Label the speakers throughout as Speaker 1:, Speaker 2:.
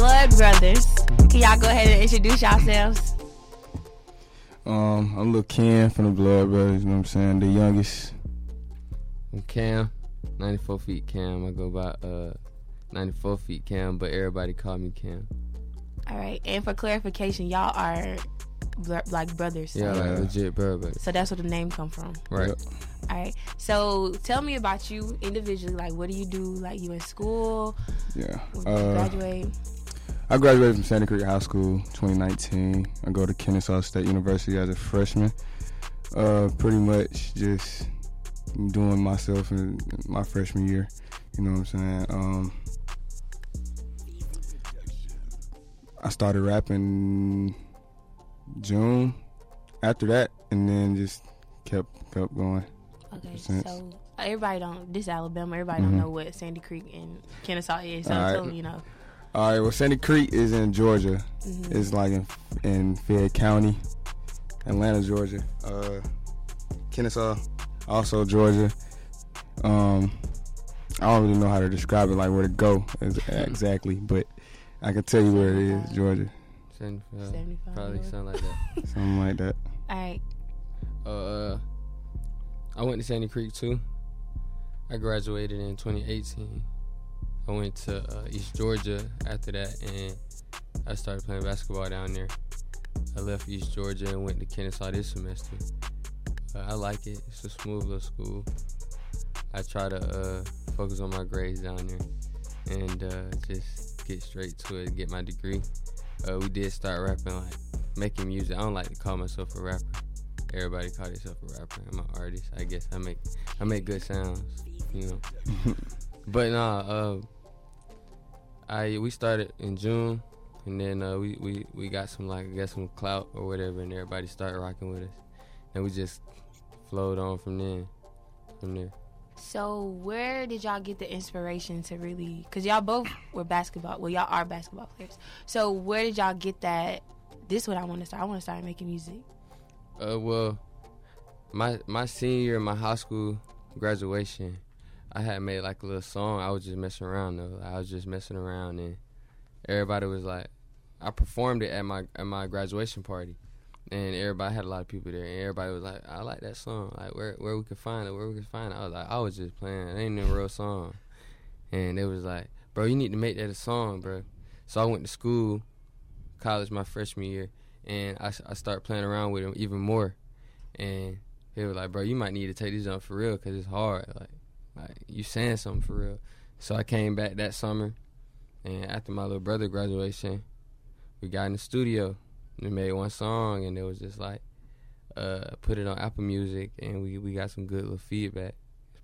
Speaker 1: brothers. Can y'all go ahead and introduce yourselves?
Speaker 2: Um, I'm Lil Ken from the Blood Brothers, you know what I'm saying? The youngest.
Speaker 3: I'm Cam, 94 feet Cam. I go by uh 94 feet Cam, but everybody call me Cam.
Speaker 1: All right. And for clarification, y'all are bl- like brothers.
Speaker 3: Yeah, like
Speaker 2: Yeah.
Speaker 3: legit bro, but
Speaker 1: So that's where the name come from.
Speaker 3: right.
Speaker 1: All right. So tell me about you individually. Like, what do you do? Like, you in school?
Speaker 2: Yeah.
Speaker 1: When did you
Speaker 2: Uh,
Speaker 1: graduate?
Speaker 2: I graduated from Santa Creek High School 2019. I go to Kennesaw State University as a freshman. Uh, pretty much just doing myself in my freshman year, you know what I'm saying? Um, I started rapping June after that, and then just kept kept going.
Speaker 1: Okay.
Speaker 2: Since- Mm-hmm.
Speaker 1: So everybody don't. This Alabama. Everybody don't know what Sandy Creek and Kennesaw is. So
Speaker 2: All right.
Speaker 1: tell me, you know. Mm-hmm.
Speaker 2: All right. Well, Sandy Creek is in Georgia. It's like in, in Fayette County, Atlanta, Georgia. Uh, Kennesaw, also Georgia. Um, I don't really know how to describe it, like where to go is-
Speaker 1: Mm-hmm.
Speaker 2: exactly, but I can tell you where it is, Georgia,
Speaker 3: Send- uh,
Speaker 1: 75
Speaker 3: Probably
Speaker 1: North.
Speaker 3: something like that.
Speaker 2: something like that.
Speaker 1: All right.
Speaker 3: Uh, I went to Sandy Creek too. I graduated in 2018. I went to uh, East Georgia after that, and I started playing basketball down there. I left East Georgia and went to Kennesaw this semester. Uh, I like it. It's a smooth little school. I try to uh, focus on my grades down there and uh, just get straight to it, get my degree. Uh, we did start rapping, like making music. I don't like to call myself a rapper everybody call themselves a rapper. I'm an artist. I guess I make I make good sounds, you know. but nah, uh, I we started in June, and then uh, we, we we got some like I guess some clout or whatever, and everybody started rocking with us, and we just flowed on from then, from there.
Speaker 1: So where did y'all get the inspiration to really? Because y'all both were basketball. Well, y'all are basketball players. So where did y'all get that? This is what I want to start. I want to start making music.
Speaker 3: Uh, well, my my senior year, my high school graduation, I had made like a little song. I was just messing around though. I was just messing around, and everybody was like, I performed it at my at my graduation party, and everybody had a lot of people there, and everybody was like, I like that song. Like where where we could find it, where we could find it. I was like, I was just playing. It ain't no real song, and it was like, bro, you need to make that a song, bro. So I went to school, college my freshman year and I, s- I start playing around with him even more. And he was like, "Bro, you might need to take this jump for real because it's hard. Like, like you saying something for real." So I came back that summer, and after my little brother graduation, we got in the studio and made one song, and it was just like, uh, put it on Apple Music, and we we got some good little feedback.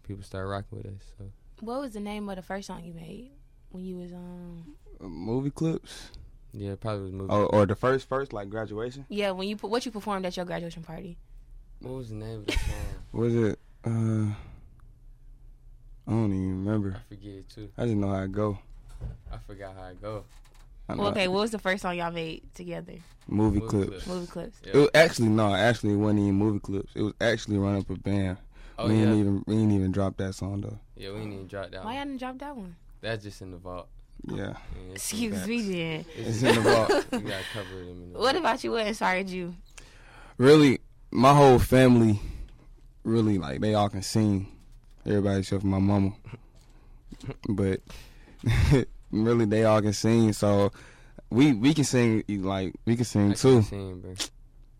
Speaker 3: People started rocking with us. So
Speaker 1: What was the name of the first song you made when you was um?
Speaker 2: Uh, Movie clips,
Speaker 3: yeah, it probably was moving.
Speaker 2: or, Oh, or the first first like graduation.
Speaker 1: Yeah, when you put what you performed at your graduation party.
Speaker 3: What was the name of the song?
Speaker 2: Was it? Uh, I don't even
Speaker 3: I
Speaker 2: remember.
Speaker 3: forget it too.
Speaker 2: I just know how it go.
Speaker 3: I forgot how it go.
Speaker 2: I know
Speaker 1: Well, okay,
Speaker 2: how-
Speaker 1: what was the first song y'all made together?
Speaker 2: movie,
Speaker 3: Movie
Speaker 2: clips.
Speaker 3: clips.
Speaker 1: Movie clips.
Speaker 3: Yeah.
Speaker 2: It was actually no, actually it wasn't even movie clips. It was actually run up a band.
Speaker 3: Oh
Speaker 2: we didn't
Speaker 3: yeah,
Speaker 2: even we didn't even drop that song though.
Speaker 3: yeah, we didn't even drop that.
Speaker 1: Why
Speaker 3: one.
Speaker 1: y'all didn't drop that one?
Speaker 3: That's just in the vault.
Speaker 2: Yeah,
Speaker 3: man. It's in the
Speaker 1: Excuse
Speaker 3: back.
Speaker 1: me, then.
Speaker 2: it's in the vault.
Speaker 3: You gotta cover them. In the
Speaker 1: What
Speaker 3: vault.
Speaker 1: about you? What inspired you?
Speaker 2: Really, my whole family, really like they all can sing. Everybody except for my mama, but really they all can sing. So we we can sing like we can
Speaker 3: I
Speaker 2: sing
Speaker 3: can't
Speaker 2: too.
Speaker 3: sing, bro.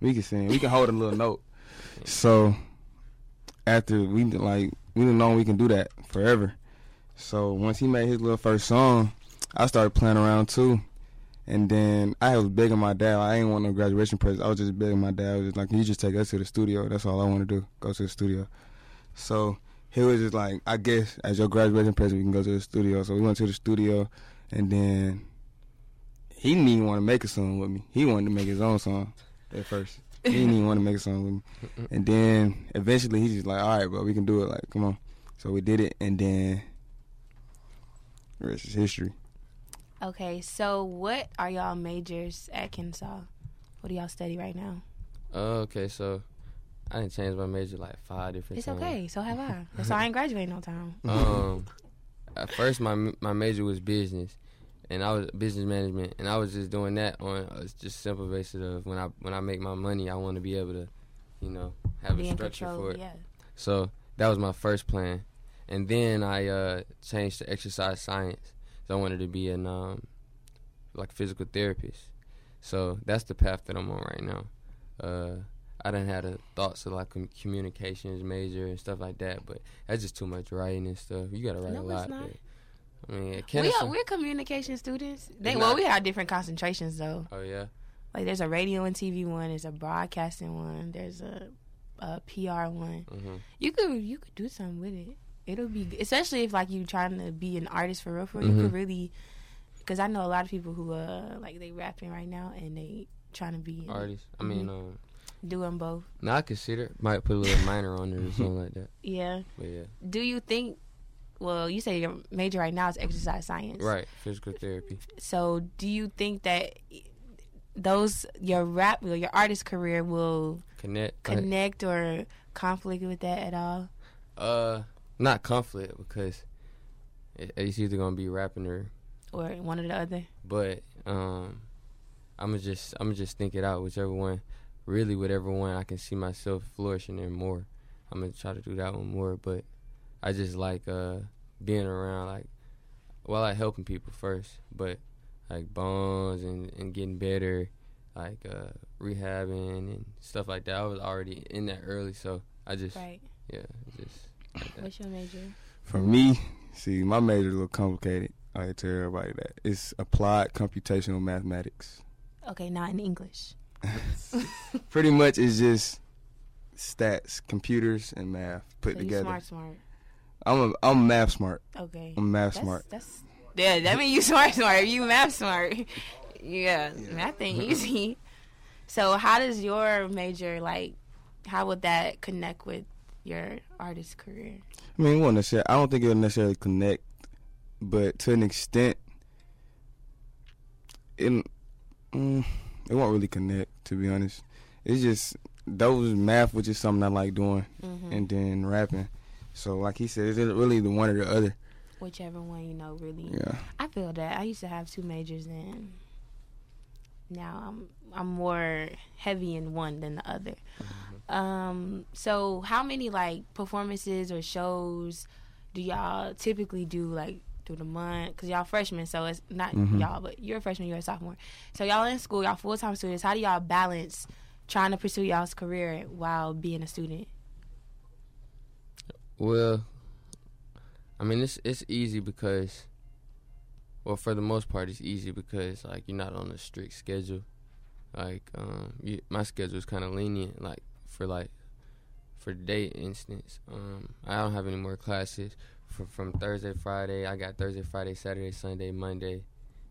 Speaker 2: We can sing. We can hold a little note. So after we did, like we didn't know we can do that forever. So once he made his little first song, I started playing around too. And then I was begging my dad. I ain't want no graduation present. I was just begging my dad. I was just like, "Can you just take us to the studio? That's all I want to do. Go to the studio." So he was just like, "I guess as your graduation present, we can go to the studio." So we went to the studio, and then he didn't even want to make a song with me. He wanted to make his own song at first. He didn't even want to make a song with me. And then eventually he's just like, all right, bro, we can do it. Like, come on. So we did it, and then the rest is history.
Speaker 1: Okay, so what are y'all majors at Kennesaw? What do y'all study right now?
Speaker 3: Oh, okay, so I didn't change my major like five different
Speaker 1: It's
Speaker 3: times.
Speaker 1: okay. So have I.
Speaker 3: Oh.
Speaker 1: That's why I ain't graduating on time.
Speaker 3: Um, at first my my major was business, and I was business management, and I was just doing that on a just simple basis of when I when I make my money, I want to be able to, you know, have
Speaker 1: Be
Speaker 3: a
Speaker 1: in
Speaker 3: structure
Speaker 1: control,
Speaker 3: for it.
Speaker 1: Yeah.
Speaker 3: So that was my first plan, and then I uh, changed to exercise science. So I wanted to be an um, like physical therapist. So that's the path that I'm on right now. Uh, I didn't had a thoughts of like com- communications major and stuff like that, but that's just too much writing and stuff. You gotta write
Speaker 1: No,
Speaker 3: a
Speaker 1: it's
Speaker 3: lot.
Speaker 1: not.
Speaker 3: but, I mean,
Speaker 1: We
Speaker 3: Kennison-
Speaker 1: are, we're communication students. They
Speaker 3: It's
Speaker 1: well,
Speaker 3: not-
Speaker 1: we have different concentrations though.
Speaker 3: oh yeah,
Speaker 1: Like there's a radio and TV one, there's a broadcasting one, there's a, a PR one.
Speaker 3: hmm
Speaker 1: You could you could do something with it. It'll be good. especially if like you trying to be an artist for real for real,
Speaker 3: Mhm.
Speaker 1: you could really because I know a lot of people who uh like they rapping right now and they trying to be
Speaker 3: artist. I mean,
Speaker 1: Mm-hmm.
Speaker 3: um,
Speaker 1: doing both.
Speaker 3: now I consider might put a little minor on it or something like that.
Speaker 1: Yeah.
Speaker 3: But yeah,
Speaker 1: Do you think? Well, you say your major right now is exercise science,
Speaker 3: right, physical therapy.
Speaker 1: So, do you think that those your rap, well, your artist career will
Speaker 3: Connect. like-
Speaker 1: connect or conflict with that at all?
Speaker 3: Uh, not conflict because it, it's either gonna be rapping or,
Speaker 1: Or one or the other.
Speaker 3: but um, I'ma just I'ma just think it out. Whichever one, really, whatever one I can see myself flourishing in more, I'm gonna try to do that one more. But I just like uh being around like, well, I like helping people first, but like bonds and and getting better, like uh rehabbing and stuff like that. I was already in that early, so I just
Speaker 1: Right.
Speaker 3: yeah just.
Speaker 1: What's your major?
Speaker 2: For me, see, my major is a little complicated. I tell everybody that it's applied computational mathematics.
Speaker 1: Okay, not in English.
Speaker 2: Pretty much, it's just stats, computers, and math put
Speaker 1: so
Speaker 2: together.
Speaker 1: You smart, smart.
Speaker 2: I'm a, I'm math smart.
Speaker 1: Okay.
Speaker 2: I'm math
Speaker 1: that's,
Speaker 2: smart.
Speaker 1: That's yeah. That means you smart, smart. You math smart. yeah, math ain't easy. So, how does your major like? How would that connect with your artist career?
Speaker 2: I mean, it won't necessarily, I don't think it'll necessarily connect, but to an extent, it mm, it won't really connect. To be honest, it's just those math, which is something I like doing,
Speaker 1: Mm-hmm.
Speaker 2: and then rapping. So, like he said, it's really the one or the other.
Speaker 1: Whichever one you know really.
Speaker 2: Yeah.
Speaker 1: I feel that I used to have two majors and now I'm I'm more heavy in one than the other.
Speaker 3: Mm-hmm.
Speaker 1: Um, so how many like performances or shows do y'all typically do like through the month? Cause y'all freshmen, so it's not
Speaker 3: Mm-hmm.
Speaker 2: Mhm.
Speaker 1: y'all, but you're a freshman, you're a sophomore. So y'all in school, y'all full time students. How do y'all balance trying to pursue y'all's career while being a student?
Speaker 3: Well, I mean it's it's easy because, well, for the most part, it's easy because like you're not on a strict schedule. Like um, you, my schedule is kind of lenient. Like for like, for day instance, um, I don't have any more classes for, from Thursday, Friday. I got Thursday, Friday, Saturday, Sunday, Monday,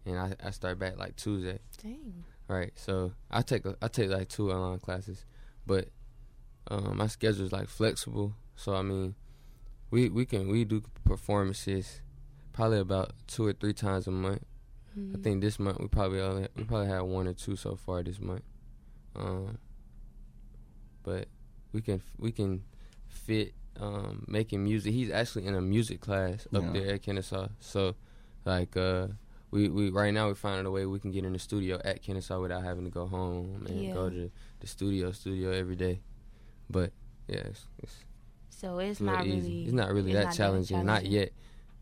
Speaker 3: and I, I start back like Tuesday.
Speaker 1: Dang.
Speaker 3: Right. So I take I take like two online classes, but um, my schedule is like flexible. So I mean, we we can we do performances probably about two or three times a month.
Speaker 1: Mm-hmm.
Speaker 3: I think this month we probably only, we probably had one or two so far this month. Um, but we can we can fit um, making music. He's actually in a music class up
Speaker 2: Yeah.
Speaker 3: there at Kennesaw. So like uh, we we right now we're finding a way we can get in the studio at Kennesaw without having to go home and
Speaker 1: Yeah.
Speaker 3: go to the studio studio every day. But yeah, it's, it's,
Speaker 1: So it's
Speaker 3: a little
Speaker 1: not
Speaker 3: easy.
Speaker 1: really
Speaker 3: it's not really
Speaker 1: it's
Speaker 3: that,
Speaker 1: not that
Speaker 3: challenging. Not
Speaker 1: challenging.
Speaker 3: yet.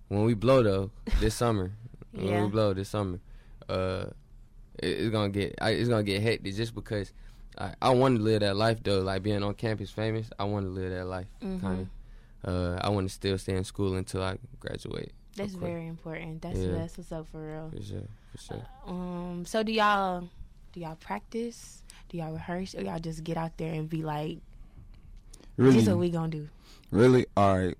Speaker 3: When we blow though, this summer, when
Speaker 1: Yeah.
Speaker 3: we blow this summer, uh, it, it's gonna get I, it's gonna get hectic just because I, I want to live that life though. Like being on campus famous, I want to live that life
Speaker 1: Mhm.
Speaker 3: kind of. Uh, I want to still stay in school until I graduate.
Speaker 1: That's
Speaker 3: Okay.
Speaker 1: very important. That's
Speaker 3: Yeah.
Speaker 1: that's what's up for real.
Speaker 3: For sure, for sure.
Speaker 1: Um, so do y'all do y'all practice? Do y'all rehearse? Or y'all just get out there and be like, "This is what
Speaker 2: Really,
Speaker 1: we gonna do."
Speaker 2: really. All right.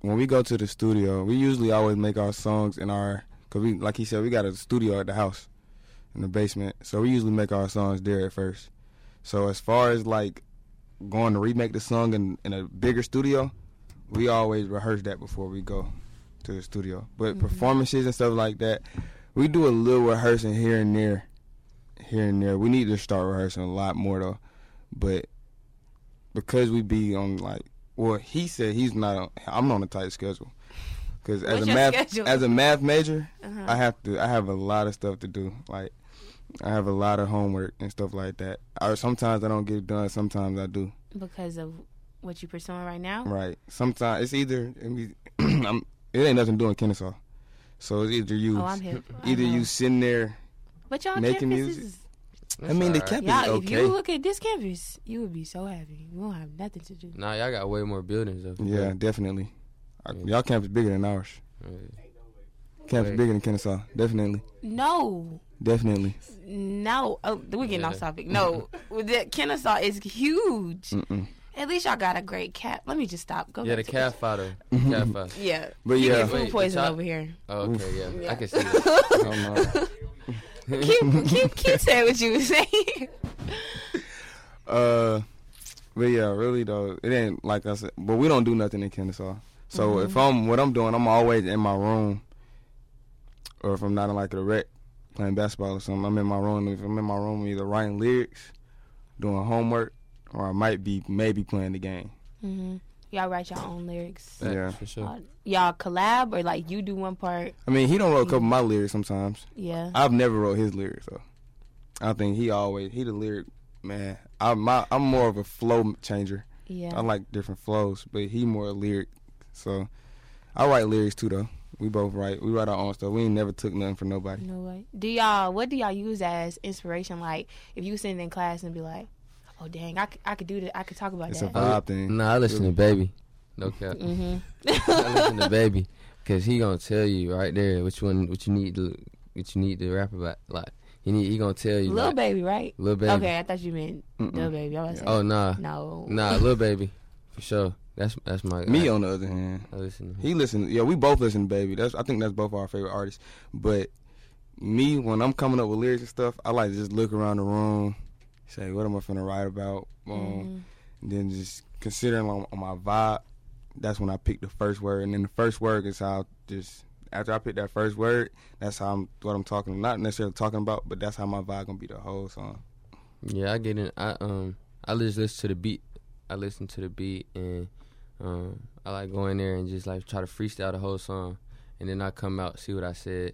Speaker 2: When we go to the studio, we usually always make our songs in our because we, like he said, we got a studio at the house in the basement, so we usually make our songs there at first. So as far as like going to remake the song in, in a bigger studio, we always rehearse that before we go to the studio. But
Speaker 1: Mm-hmm.
Speaker 2: performances and stuff like that, we do a little rehearsing here and there, here and there. We need to start rehearsing a lot more though, but because we be on like, well, he said he's not. On, I'm on a tight schedule, Cause as
Speaker 1: What's
Speaker 2: a
Speaker 1: your
Speaker 2: math
Speaker 1: schedule?
Speaker 2: as a math major,
Speaker 1: Uh-huh.
Speaker 2: I have to I have a lot of stuff to do. Like I have a lot of homework and stuff like that. Or sometimes I don't get it done. Sometimes I do.
Speaker 1: because of what you're pursuing right now.
Speaker 2: Right. Sometimes it's either I mean, I'm, it ain't nothing doing Kennesaw. So it's either you
Speaker 1: Oh, I'm hip.
Speaker 2: either
Speaker 1: Uh-huh.
Speaker 2: you sitting there.
Speaker 1: But y'all
Speaker 2: making
Speaker 1: campuses,
Speaker 2: music. I mean, the campus
Speaker 1: y'all.
Speaker 2: is
Speaker 1: If
Speaker 2: okay.
Speaker 1: you look at this campus, you would be so happy. You won't have nothing to do.
Speaker 3: Nah, y'all got way more buildings up
Speaker 2: yeah,
Speaker 3: here.
Speaker 2: definitely. Our-
Speaker 3: Yeah.
Speaker 2: Y'all campus bigger than ours.
Speaker 1: Oh,
Speaker 2: Campus
Speaker 3: Wait.
Speaker 2: bigger than Kennesaw. Definitely.
Speaker 1: No,
Speaker 2: Definitely.
Speaker 1: no. Oh, we're getting off
Speaker 3: Yeah.
Speaker 1: topic. No, With that Kennesaw is huge.
Speaker 2: Mm-mm.
Speaker 1: At least y'all got a great cat. Let me just stop. Go.
Speaker 3: Yeah, the
Speaker 1: back to-
Speaker 3: cat fighter. cat fighter.
Speaker 1: Yeah.
Speaker 2: But
Speaker 1: You
Speaker 2: yeah.
Speaker 1: get food
Speaker 3: Wait,
Speaker 1: poisoning
Speaker 3: y'all-
Speaker 1: over here.
Speaker 3: Oh, okay, yeah.
Speaker 1: Yeah.
Speaker 3: I can see that.
Speaker 2: Oh, no.
Speaker 1: Keep, keep, keep saying what you were saying.
Speaker 2: Uh, but yeah, really though, it ain't like I said. But we don't do nothing in Kennesaw. So if I'm what I'm doing, I'm always in my room, or if I'm not in like a rec playing basketball or something, I'm in my room. If I'm in my room, I'm either writing lyrics, doing homework, or I might be maybe playing the game.
Speaker 1: hmm Y'all write your own lyrics. Uh,
Speaker 2: Yeah.
Speaker 3: For sure.
Speaker 1: Y'all collab or like you do one part.
Speaker 2: I mean, he don't wrote a couple of my lyrics sometimes.
Speaker 1: Yeah.
Speaker 2: I've never wrote his lyrics though. I think he always he the lyric man. I'm my, I'm more of a flow changer.
Speaker 1: Yeah.
Speaker 2: I like different flows, but he more lyric. So I write lyrics too, though. We both write. We write our own stuff. We ain't never took nothing from nobody.
Speaker 1: No way. Do y'all? What do y'all use as inspiration? Like, if you sitting in class and be like, "Oh dang, I, c- I could do that. I could talk about
Speaker 2: It's a
Speaker 1: that."
Speaker 2: vibe thing.
Speaker 3: Nah, I listen to Baby. No cap. I
Speaker 1: mm-hmm.
Speaker 3: listen to Baby. Cause he gonna tell you right there what you want, what you need to, what you need to rap about. Like he need, he gonna tell you.
Speaker 1: Little
Speaker 3: like,
Speaker 1: baby, right?
Speaker 3: Lil baby.
Speaker 1: Okay, I thought you meant
Speaker 2: Mm-mm.
Speaker 1: little baby. I was about to say,
Speaker 3: Oh nah,
Speaker 1: no,
Speaker 3: nah, little baby, for sure. That's that's my
Speaker 2: Me
Speaker 3: I,
Speaker 2: on the other hand,
Speaker 3: I listen. To him.
Speaker 2: he listen. Yeah, we both listen to Baby. That's I think that's both our favorite artists. But me, when I'm coming up with lyrics and stuff, I like to just look around the room, say what am I finna write about, um, then just considering on, on my vibe. That's when I pick the first word, and then the first word is how I just after I pick that first word, that's how I'm what I'm talking. Not necessarily talking about, but that's how my vibe gonna be the whole song.
Speaker 3: Yeah, I get in. I um, I just listen to the beat. I listen to the beat, and um, I like go in there and just like try to freestyle the whole song, and then I come out see what I said,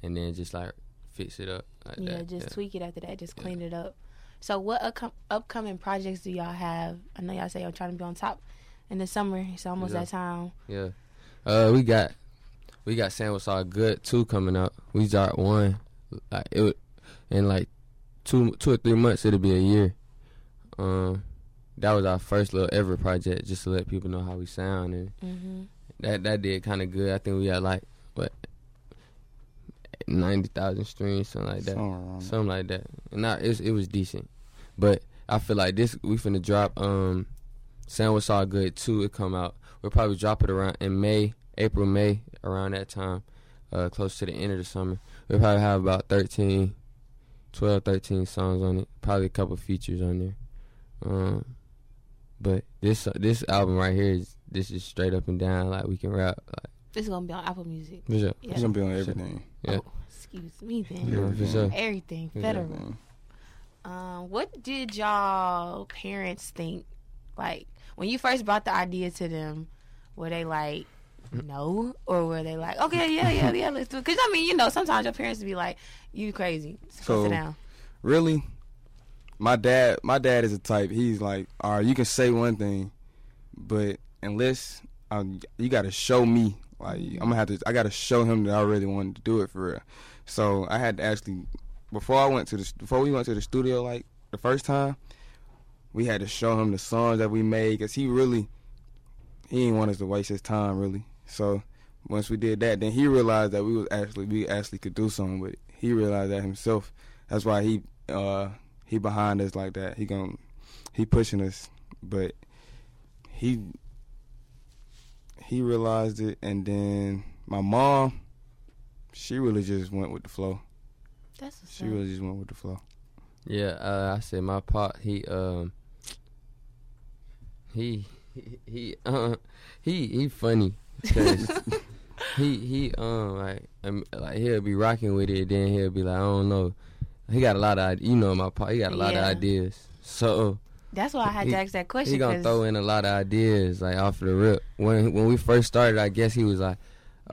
Speaker 3: and then just like fix it up like
Speaker 1: yeah,
Speaker 3: that.
Speaker 1: just tweak it after that. Just clean it up. So, what upcom- upcoming projects do y'all have? I know y'all say y'all trying to be on top in the summer. It's almost
Speaker 3: Yeah.
Speaker 1: that time.
Speaker 3: Yeah. Uh, we got we got Sandwich Saw Good two coming out. We dropped one. Like it would, in like two two or three months it'll be a year. Um that was our first little ever project just to let people know how we sound and
Speaker 1: Mm-hmm.
Speaker 3: that that did kinda good. I think we had like what ninety thousand streams, something like that.
Speaker 2: Something around that.
Speaker 3: Something like that. And I, it, it was decent. But I feel like this, we finna drop um, Sandwich All Good 2. It come out. We'll probably drop it around in May, April, May, around that time, uh, close to the end of the summer. We'll probably have about 13, 12, 13 songs on it. Probably a couple features on there. Um, but this this album right here is this is straight up and down like we can rap like
Speaker 1: It's gonna be on Apple Music.
Speaker 3: what's up?
Speaker 1: Yeah.
Speaker 2: It's gonna be on everything.
Speaker 3: Yeah.
Speaker 1: Oh, excuse me then.
Speaker 3: Yeah, for sure.
Speaker 1: Everything
Speaker 3: Yeah.
Speaker 1: federal.
Speaker 2: Everything.
Speaker 1: Um, what did y'all parents think? Like when you first brought the idea to them, were they like, no, or were they like, okay, yeah, yeah, yeah, let's do it? Because I mean, you know, sometimes your parents would be like, you crazy, so,
Speaker 2: So-
Speaker 1: sit down.
Speaker 2: Really, my dad. My dad is a type. He's like, all right, you can say one thing, but unless um, you gotta show me, like I'm gonna have to. I gotta show him that I really wanted to do it for real. So I had to actually before I went to the before we went to the studio like the first time, we had to show him the songs that we made because he really he didn't want us to waste his time really. So once we did that, then he realized that we was actually we actually could do something with it. He realized that himself. That's why he uh he behind us like that. He gon' he pushing us, but he he realized it, and then my mom. She really just went with the flow.
Speaker 1: That's what's
Speaker 2: She
Speaker 1: up.
Speaker 2: really just went with the flow.
Speaker 3: Yeah, uh, I said my pop. He um, he he he uh, he he funny. 'cause he he um like um, like he'll be rocking with it, then he'll be like I don't know. He got a lot of ide- you know my pop. He got a lot
Speaker 1: Yeah.
Speaker 3: of ideas. So
Speaker 1: That's why I had
Speaker 3: He-
Speaker 1: to ask that question.
Speaker 3: he gonna
Speaker 1: 'cause-
Speaker 3: throw in a lot of ideas like off the rip. When when we first started, I guess he was like,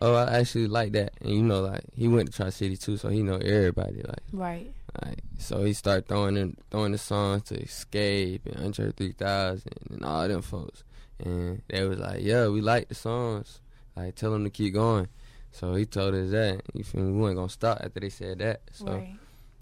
Speaker 3: oh, I actually like that. And you know, like he went to Tri City too, so he know everybody. Like,
Speaker 1: Right.
Speaker 3: like so he started throwing in, throwing the songs to Escape and Andre Three Thousand and all them folks. And they was like, yeah, we like the songs. Like, tell them to keep going. So he told us that. You feel me? We weren't gonna stop after they said that. So
Speaker 1: right.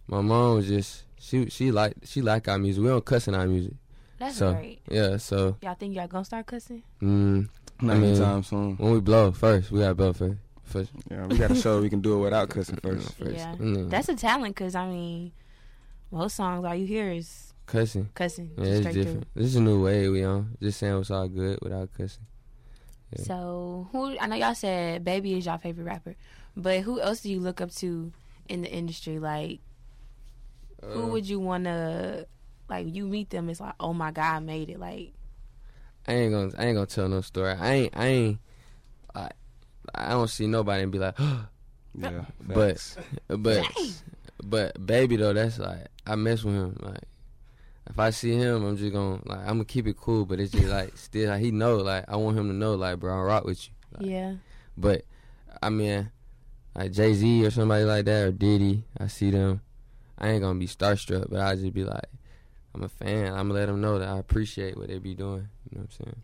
Speaker 3: my mom was just she she like she like our music. We don't cuss in our music.
Speaker 1: That's
Speaker 3: so
Speaker 1: great.
Speaker 3: yeah, so
Speaker 1: Y'all think y'all gonna start cussing?
Speaker 3: mm,
Speaker 2: Not
Speaker 3: I mean-
Speaker 2: anytime soon.
Speaker 3: when we blow first, we gotta blow first. First,
Speaker 2: Yeah, we gotta show we can do it without cussing first.
Speaker 3: first. Mm.
Speaker 1: Yeah.
Speaker 3: and then
Speaker 1: That's a talent, cause I mean, most songs all you hear is
Speaker 3: cussing.
Speaker 1: cussing
Speaker 3: Yeah,
Speaker 1: just
Speaker 3: it's
Speaker 1: straight
Speaker 3: different. This is a new way we on. Just saying what's all good without cussing.
Speaker 1: through.
Speaker 3: Yeah.
Speaker 1: So who? I know y'all said Baby is y'all favorite rapper, but who else do you look up to in the industry? Like, who
Speaker 3: Uh,
Speaker 1: would you wanna like? You meet them, it's like, oh my god, I made it. Like,
Speaker 3: I ain't gonna I ain't gonna tell no story. I ain't I ain't I, I don't see nobody and be like,
Speaker 2: Yeah,
Speaker 3: But-
Speaker 2: facts.
Speaker 3: but but baby though that's like I mess with him like. If I see him, I'm just gonna like I'm gonna keep it cool, but it's just like still like, he know like I want him to know like bro I rock with you,
Speaker 1: yeah,
Speaker 3: but I mean like Jay Z or somebody like that or Diddy, I see them, I ain't gonna be starstruck, but I just be like I'm a fan, I'm gonna let them know that I appreciate what they be doing. You know what I'm saying?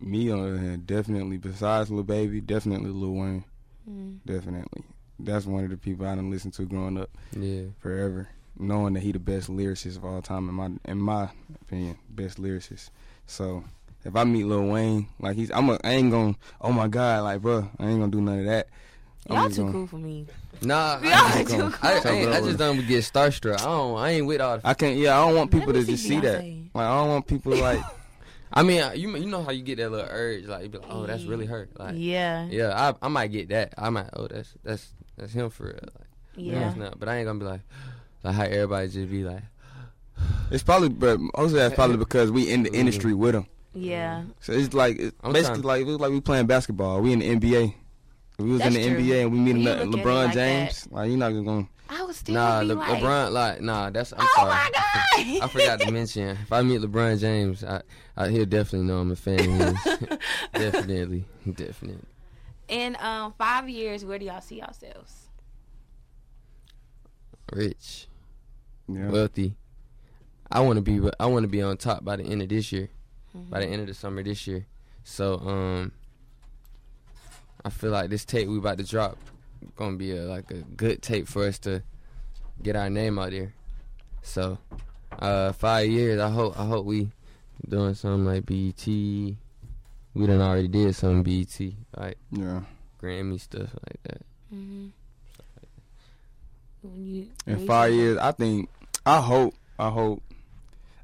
Speaker 2: me on the other hand, definitely. Besides Lil Baby, definitely Lil Wayne,
Speaker 1: Mm.
Speaker 2: definitely. That's one of the people I done listened to growing up
Speaker 3: Yeah.
Speaker 2: forever, knowing that he the best lyricist of all time in my in my opinion, best lyricist. So if I meet Lil Wayne, like he's, I'm, a, I ain't gonna, oh my god, like bruh, I ain't gonna do none of that. I'm
Speaker 1: y'all
Speaker 2: just
Speaker 1: too
Speaker 3: uh,
Speaker 2: gonna-
Speaker 1: cool for me.
Speaker 3: Nah,
Speaker 1: Y'all
Speaker 3: I,
Speaker 1: too cool.
Speaker 3: I, I,
Speaker 2: Something
Speaker 3: ain't- I
Speaker 2: over.
Speaker 3: just don't get starstruck. I don't. I ain't with all. The,
Speaker 2: I can't. Yeah, I don't want
Speaker 1: Let
Speaker 2: people
Speaker 1: me
Speaker 2: to just see that.
Speaker 1: Beyonce.
Speaker 2: Like I don't want people like
Speaker 3: I mean, uh, you you know how you get that little urge, like you be like, oh, that's really her. Like,
Speaker 1: yeah, yeah,
Speaker 3: yeah, I I might get that. I might. Oh, that's that's that's him for real. Like, no, it's not. But I ain't gonna be like, like how everybody just be like,
Speaker 2: it's probably, but also that's probably because we in the
Speaker 3: Mhm.
Speaker 2: industry with them.
Speaker 1: yeah.
Speaker 2: So it's like it's
Speaker 3: I'm
Speaker 2: basically
Speaker 3: tryna-
Speaker 2: like it was like we playing basketball. We in the NBA. If we was
Speaker 1: That's
Speaker 2: in the
Speaker 1: true.
Speaker 2: NBA and we
Speaker 1: When
Speaker 2: meeting
Speaker 1: you
Speaker 2: Le-
Speaker 1: look at it
Speaker 2: LeBron
Speaker 1: like that.
Speaker 2: James, like you're not just gonna.
Speaker 1: I was still
Speaker 3: nah,
Speaker 1: be
Speaker 3: Le-
Speaker 1: like,
Speaker 3: LeBron, like, nah, that's. I'm
Speaker 1: oh
Speaker 3: sorry.
Speaker 1: my god,
Speaker 3: I forgot to mention. If I meet LeBron James, I, I he'll definitely know I'm a fan of his. definitely, definitely.
Speaker 1: In um five years, where do y'all see yourselves?
Speaker 3: Rich.
Speaker 2: Yeah.
Speaker 3: wealthy. I want to be I want to be on top by the end of this year, by the end of the summer this year. So um, I feel like this tape we about to drop gonna be a, like a good tape for us to get our name out there. So uh, five years. I hope I hope we doing something like BET. We done already did some BET like
Speaker 2: yeah.
Speaker 3: Grammy stuff like that.
Speaker 1: Mm-hmm. When you, when
Speaker 2: In
Speaker 1: you
Speaker 2: five
Speaker 1: say-
Speaker 2: years, I think. I hope. I hope.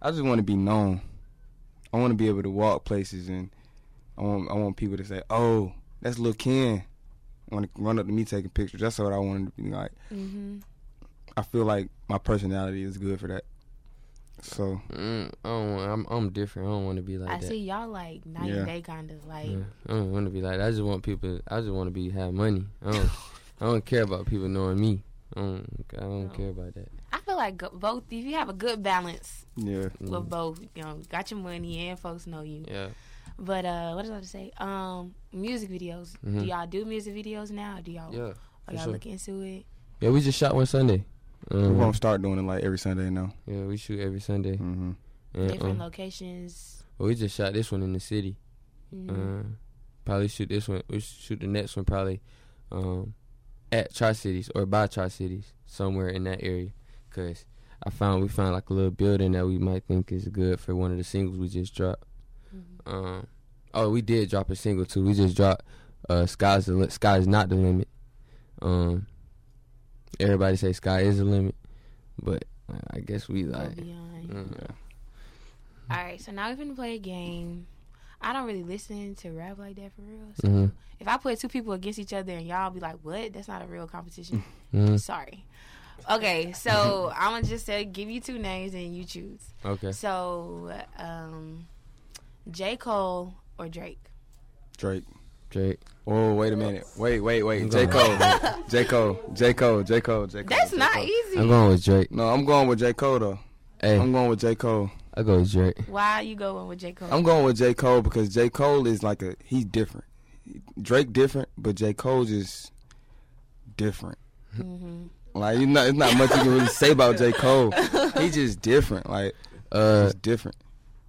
Speaker 2: I just want to be known. I want to be able to walk places, and I want. I want people to say, "Oh, that's Lil Ken." Want to run up to me taking pictures. That's what I wanted to be like.
Speaker 1: Mhm.
Speaker 2: I feel like my personality is good for that. So
Speaker 3: Mm, I don't want. I'm, I'm different. I don't want to be like
Speaker 1: I
Speaker 3: that. Mm-hmm.
Speaker 1: see y'all like night
Speaker 2: Yeah.
Speaker 1: and day kind of like
Speaker 3: Yeah, I don't want to be like. that. I just want people. I just want to be have money. I don't. I don't care about people knowing me. I don't. I don't
Speaker 1: No.
Speaker 3: care about that.
Speaker 1: I feel like go- both. If you have a good balance
Speaker 2: yeah,
Speaker 1: with both, you know, got your money and folks know you.
Speaker 3: Mm-hmm. Mm. Yeah.
Speaker 1: But uh, what was I to say? Um, music videos. Do
Speaker 3: Mhm.
Speaker 1: y'all do music videos now? Do y'all
Speaker 3: Yeah.
Speaker 1: are
Speaker 3: for
Speaker 1: y'all
Speaker 3: sure.
Speaker 1: look into it?
Speaker 3: Yeah. We just shot one Sunday.
Speaker 2: we're
Speaker 3: Um,
Speaker 2: gonna start doing it like every Sunday now.
Speaker 3: yeah, we shoot every Sunday.
Speaker 2: hmm
Speaker 3: And,
Speaker 1: Different
Speaker 3: um,
Speaker 1: locations.
Speaker 3: well, we just shot this one in the city.
Speaker 1: Mhm.
Speaker 3: Um, probably shoot this one. We should shoot the next one probably um, at Tri Cities or by Tri Cities somewhere in that area. Cause I found we found like a little building that we might think is good for one of the singles we just dropped.
Speaker 1: Mhm.
Speaker 3: Um, oh, we did drop a single too. We just dropped uh, "Sky's the Li- Sky's Not the Limit." Um, everybody say "Sky is the limit," but uh, I guess we
Speaker 1: Go
Speaker 3: like.
Speaker 1: beyond.
Speaker 3: mm,
Speaker 1: All right, so now we're gonna play a game. I don't really listen to rap like that for real. So
Speaker 3: mhm,
Speaker 1: if I put two people against each other and y'all be like, "What? That's not a real competition."
Speaker 3: mhm.
Speaker 1: Sorry. Okay, so I'm gonna just say give you two names and you choose.
Speaker 3: Mm-hmm. Okay.
Speaker 1: So, um, J Cole or Drake?
Speaker 2: Drake.
Speaker 3: Drake.
Speaker 2: Oh, wait a minute. Wait, wait,
Speaker 3: I'm
Speaker 2: wait. J. Cole.
Speaker 3: going-
Speaker 2: J. Cole. J. Cole. J. Cole. J. Cole.
Speaker 1: That's
Speaker 2: J.
Speaker 1: not
Speaker 2: Cole.
Speaker 1: easy.
Speaker 3: I'm going with Drake.
Speaker 2: No, I'm going with J. Cole though. I'm
Speaker 3: Hey,
Speaker 2: going with J. Cole.
Speaker 3: I go with Drake.
Speaker 1: Why you going with J Cole?
Speaker 2: I'm going with J. Cole because J. Cole is like a he's different. Drake different, but J Cole's is different.
Speaker 1: hmm
Speaker 2: Like you know, it's not much you can really say about J Cole. He's just different. Like
Speaker 3: Uh,
Speaker 2: it's different.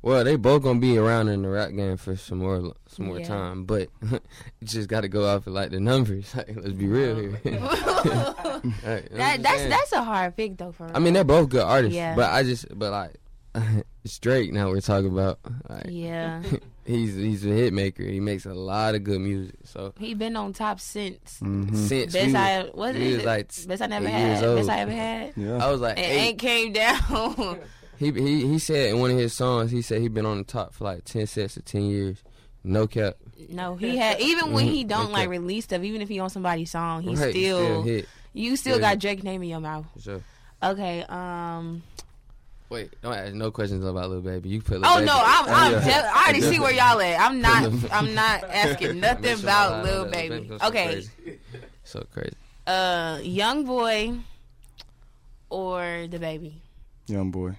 Speaker 3: well, they both gonna be around in the rap game for some more, some more
Speaker 1: Yeah.
Speaker 3: time. But you just gotta go off of like the numbers. Like, let's be real here. Like, you know
Speaker 1: Oh. that,
Speaker 3: what I'm
Speaker 1: that's
Speaker 3: saying?
Speaker 1: that's a hard pick though for.
Speaker 3: I mean, they're both good artists.
Speaker 1: Yeah.
Speaker 3: But I just, but like, it's Drake. Now we're talking about. Like,
Speaker 1: yeah,
Speaker 3: He's he's a hit maker. He makes a lot of good music. So
Speaker 1: he been on top since.
Speaker 2: hmm
Speaker 3: since
Speaker 1: Best
Speaker 3: we
Speaker 1: I
Speaker 3: were-
Speaker 1: was
Speaker 3: we
Speaker 1: it?
Speaker 3: was like
Speaker 1: best I never
Speaker 3: eight years
Speaker 1: had. Best
Speaker 3: old.
Speaker 1: I ever had.
Speaker 2: Yeah.
Speaker 3: I was like
Speaker 1: And
Speaker 3: eight.
Speaker 1: ain't came down.
Speaker 3: He he he said in one of his songs, he said he been on the top for like ten sets of ten years. No cap.
Speaker 1: no, he had even when he
Speaker 3: Mhm,
Speaker 1: don't
Speaker 3: okay.
Speaker 1: like release stuff, even if he on somebody's song, he
Speaker 3: Right,
Speaker 1: still,
Speaker 3: hit.
Speaker 1: you still
Speaker 3: Yeah.
Speaker 1: got Drake name in your mouth.
Speaker 3: for sure.
Speaker 1: Okay, um
Speaker 3: Wait, don't ask no questions about Lil Baby. You put Lil
Speaker 1: Oh
Speaker 3: Baby.
Speaker 1: no, I'm I'm
Speaker 2: Yeah.
Speaker 1: jealous. I already see where y'all at. I'm not
Speaker 3: Lil-
Speaker 1: I'm not asking nothing
Speaker 3: Make sure I
Speaker 1: about
Speaker 3: know
Speaker 1: Lil
Speaker 3: that
Speaker 1: Baby.
Speaker 3: goes so
Speaker 1: Okay.
Speaker 3: crazy. So crazy.
Speaker 1: Uh Young Boy or the baby.
Speaker 2: Young boy.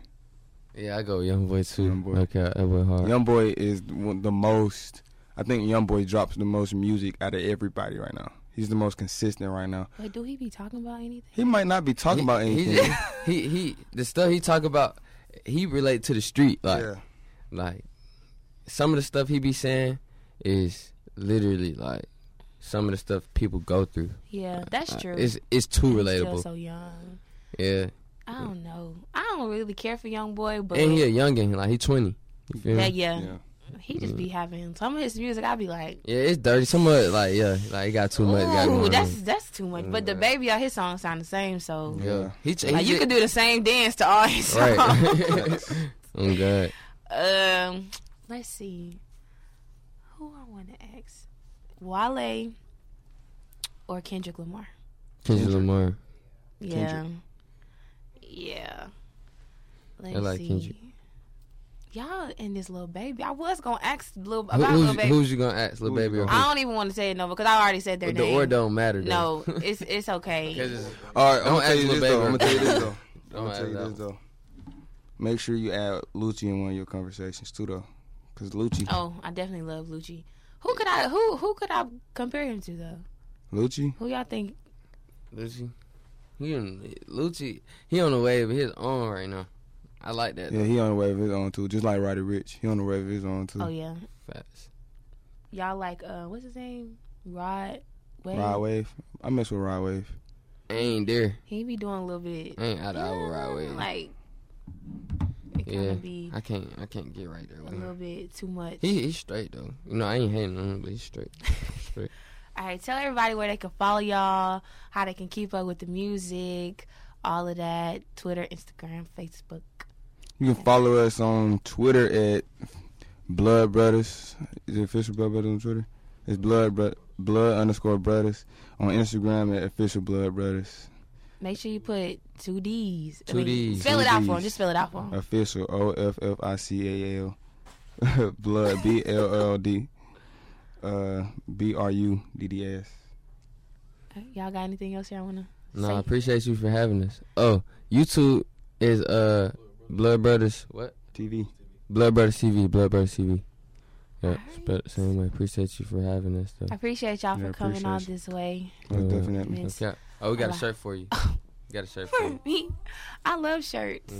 Speaker 3: Yeah, I go Young Boy too.
Speaker 2: Young Boy.
Speaker 3: Okay, that boy hard.
Speaker 2: Young boy is one- the most. I think Young boy drops the most music out of everybody right now. He's the most consistent right now.
Speaker 1: Wait, do he be talking about anything?
Speaker 2: He might not be talking about
Speaker 3: He-
Speaker 2: anything.
Speaker 3: He, just- he he the stuff he talk about, he relate to the street like
Speaker 2: yeah.
Speaker 3: like some of the stuff he be saying is literally like some of the stuff people go through.
Speaker 1: Yeah, that's
Speaker 3: Like,
Speaker 1: true.
Speaker 3: Uh, It's it's too
Speaker 1: He's Still
Speaker 3: relatable.
Speaker 1: so young.
Speaker 3: yeah,
Speaker 1: I don't know. I don't really care for Young Boy, but
Speaker 3: and he a youngin, like he twenty. You feel
Speaker 1: yeah,
Speaker 3: me?
Speaker 1: yeah,
Speaker 2: Yeah.
Speaker 1: he just be having some of his music. I be like,
Speaker 3: Yeah, it's dirty. Some of it, like yeah, like it got too much. got
Speaker 1: ooh,
Speaker 3: going
Speaker 1: that's
Speaker 3: on.
Speaker 1: that's too much. But the
Speaker 3: Yeah.
Speaker 1: baby, all his songs sound the same, so
Speaker 3: yeah. He, ch- he
Speaker 1: like you
Speaker 3: ju-
Speaker 1: could do the same dance to all his songs.
Speaker 3: right. oh god.
Speaker 1: Um, let's see. Who I want to ask? Wale or Kendrick Lamar?
Speaker 3: Kendrick Lamar.
Speaker 1: Yeah. Yeah. Let's
Speaker 3: like
Speaker 1: see.
Speaker 3: Kendrick.
Speaker 1: Y'all in this little baby. I was gonna ask little
Speaker 3: Who,
Speaker 1: about
Speaker 3: who's,
Speaker 1: little baby.
Speaker 3: who's you gonna ask, little
Speaker 2: Who you
Speaker 3: baby? Or
Speaker 2: gonna-
Speaker 3: who?
Speaker 1: I don't even want to say it no because I already said their
Speaker 3: the
Speaker 1: name.
Speaker 3: or don't matter.
Speaker 1: no,
Speaker 3: though.
Speaker 1: it's it's okay.
Speaker 3: 'Cause it's-
Speaker 2: All right. I'm
Speaker 3: Don't
Speaker 2: gonna tell
Speaker 3: ask
Speaker 2: you this
Speaker 3: Lil
Speaker 2: though.
Speaker 3: Baby.
Speaker 2: I'm gonna tell you this though. I'm
Speaker 3: Don't
Speaker 2: gonna
Speaker 3: ask
Speaker 2: tell you
Speaker 3: that.
Speaker 2: this though. Make sure you add Lucci in one of your conversations too though, because Lucci,
Speaker 1: Oh, I definitely love Lucci. Who could I who who could I compare him to though?
Speaker 2: Lucci,
Speaker 1: Who y'all think?
Speaker 3: Lucci. He on Lucci. He on the wave. He's on right now. I like that.
Speaker 2: yeah, he on the wave of his own too. Just like Roddy Rich, he on the wave of his
Speaker 3: Hmm.
Speaker 2: own too.
Speaker 1: Oh yeah,
Speaker 3: Facts.
Speaker 1: y'all like uh what's his name? Rod. Wave.
Speaker 2: Rod Wave, I mess with Rod Wave.
Speaker 3: I ain't there.
Speaker 1: He be doing a little bit.
Speaker 3: I ain't out of
Speaker 1: Yeah,
Speaker 3: our right way.
Speaker 1: Like it kind
Speaker 3: Yeah.
Speaker 1: of be
Speaker 3: I can't. I can't get right there.
Speaker 1: a
Speaker 3: With him.
Speaker 1: little bit too much.
Speaker 3: He he's straight though. You know I ain't hating on him, but he's straight. straight.
Speaker 1: All right, tell everybody where they can follow y'all, how they can keep up with the music, all of that. Twitter, Instagram, Facebook.
Speaker 2: You can follow us on Twitter at Blood Brothers. Is it official Blood Brothers on Twitter? It's Blood Bro- Blood underscore Brothers on Instagram at official Blood Brothers.
Speaker 1: Make sure you put two D's. I
Speaker 3: Two
Speaker 1: mean,
Speaker 3: Ds.
Speaker 1: Spell it
Speaker 2: Two
Speaker 1: out for them.
Speaker 2: Ds.
Speaker 1: Just spell it out for them.
Speaker 2: Official O F F I C A L Blood B L L D uh B R U D D S.
Speaker 3: Uh,
Speaker 1: Y'all got anything else y'all wanna?
Speaker 3: No,
Speaker 1: Say-
Speaker 3: I appreciate you for having us. Oh, YouTube is uh Blood Brothers. What?
Speaker 2: TV.
Speaker 3: Blood Brothers TV. Blood Brothers TV. Yeah,
Speaker 1: Alright.
Speaker 3: spell it the same way. Appreciate you for having us though.
Speaker 1: I appreciate y'all
Speaker 2: Yeah,
Speaker 1: for coming all
Speaker 2: appreciate
Speaker 1: this way
Speaker 2: Most
Speaker 3: Uh,
Speaker 2: definitely.
Speaker 1: Yes.
Speaker 3: Okay. Oh, we got a
Speaker 1: Alright.
Speaker 3: shirt for you.
Speaker 1: Oh.
Speaker 3: Got a shirt for
Speaker 1: for
Speaker 3: you.
Speaker 1: me. I love shirts.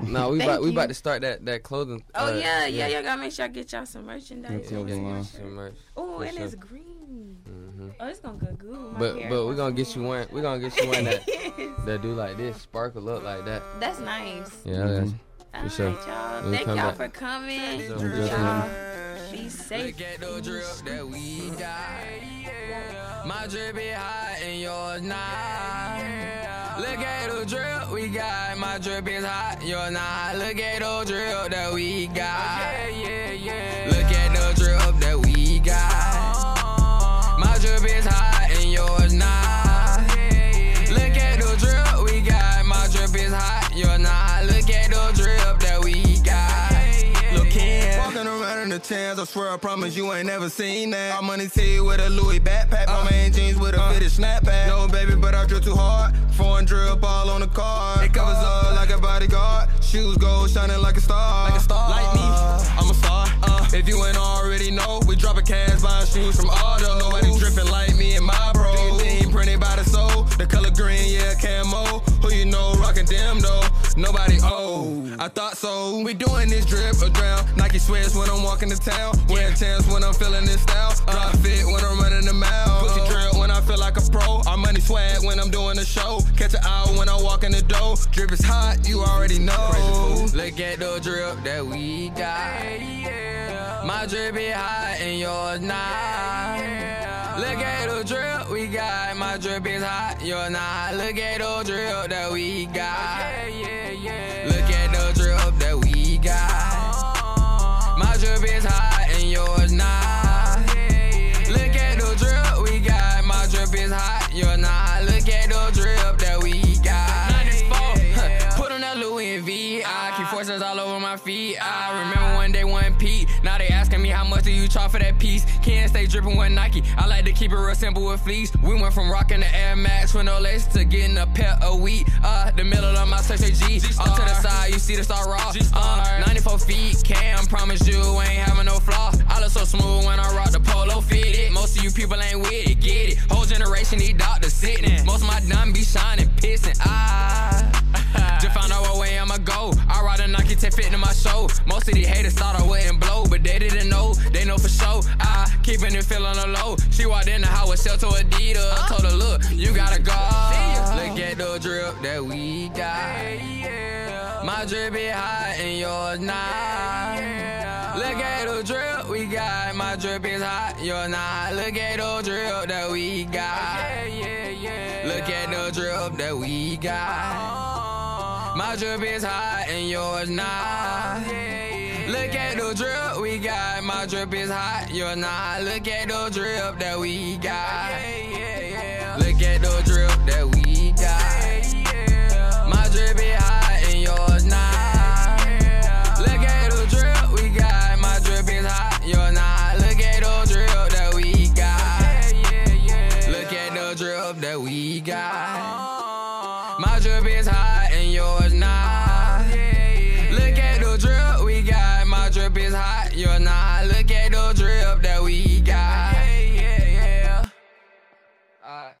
Speaker 3: No, we
Speaker 1: Thank
Speaker 3: about, we
Speaker 1: you.
Speaker 3: about to start that that clothing.
Speaker 1: Oh
Speaker 3: uh,
Speaker 1: yeah, yeah, y'all gotta make sure I get y'all some merchandise.
Speaker 2: Yeah,
Speaker 1: Oh,
Speaker 2: clothing line.
Speaker 1: Oh,
Speaker 3: For
Speaker 1: and
Speaker 3: sure.
Speaker 1: it's green.
Speaker 3: hmm
Speaker 1: Oh, it's gonna go good. with my
Speaker 3: But
Speaker 1: hair.
Speaker 3: but we're gonna get you one. We're gonna get you one that
Speaker 1: Yes.
Speaker 3: that do like this, sparkle up like that.
Speaker 1: That's nice.
Speaker 3: Yeah, that's
Speaker 1: All
Speaker 3: sure.
Speaker 1: right, y'all.
Speaker 3: We'll
Speaker 1: Thank
Speaker 3: come
Speaker 1: y'all
Speaker 3: back.
Speaker 1: for coming.
Speaker 3: So,
Speaker 1: y'all be safe.
Speaker 4: Look at the drip that we got. My drip is hot and yours not. Look at the drip we got. My drip is hot, yours not. Look at the drip that we got. Look at the drip that we got. My drip is hot and yours not. Look at the drip we got. My drip is hot, yours not. Look at the drip that we got. Look in.
Speaker 5: Walking around in the chance, I swear I promise you ain't never seen that. All money tea with a Louis backpack,
Speaker 4: Uh.
Speaker 5: my main jeans with a fitted snapback. No baby, but I drill too hard. Foreign drill ball on the car. It covers up like a bodyguard. Shoes gold, shining like a star. Like a star. Like me, I'm a star. Uh,
Speaker 4: If you ain't already know, we dropping cash buying shoes from Aldo. Nobody dripping like me and my bro. Thing printed by the soul, the color green, yeah, camo. Who you know rocking them though? Nobody old. I thought so. We doing this drip or drown. Nike sweats when I'm walking to town. Wearing tans when I'm feeling this style. Drop fit when I'm running the mile. Pussy drill when I feel like a pro. Our money swag when I'm doing a show. Catch an hour when I walk in the door. Drip is hot, you already know.
Speaker 3: Look at the drip that we got. My drip is hot and yours not. Look at the drip we got. My drip is hot, yours not. Look at the drip that we got. Look at the drip that we got. My drip is hot and yours not. Look at the drip we got. My drip is hot, yours not. Look at the drip that we got. 94, huh, put on that Louis and V. I keep forces all over my feet. I remember one day one Pete. Now they asking me how much do you charge for that piece. Can't stay dripping with Nike. I like to keep it real simple with fleece. We went from rocking the Air Max with no lace to getting a pair of wheat. Uh, the middle of my section G. All to the side, you see the star raw. Uh, 94 feet, Cam, promise you ain't having no flaw. I look so smooth when I rock the polo fitted. Most of you people ain't with it, get it. Whole generation need doctors sitting. Most of my dime be shining, pissing. I just found out what way I'ma go. I ride a Nike to fit in my show. Most of these haters thought I wouldn't blow, but they didn't know. They know for sure. I keeping it feeling the low. She walked in the house, sell to Adidas. Told her, look, you gotta go. Look at the drip that we got. My drip is hot and yours not. Look at the drip we got. My drip is hot, yours not. Look at the drip that we got. Look at the drip that we got. My drip is hot and yours not. Look at the drip we got. My drip is hot, yours not. Look at the drip that we got.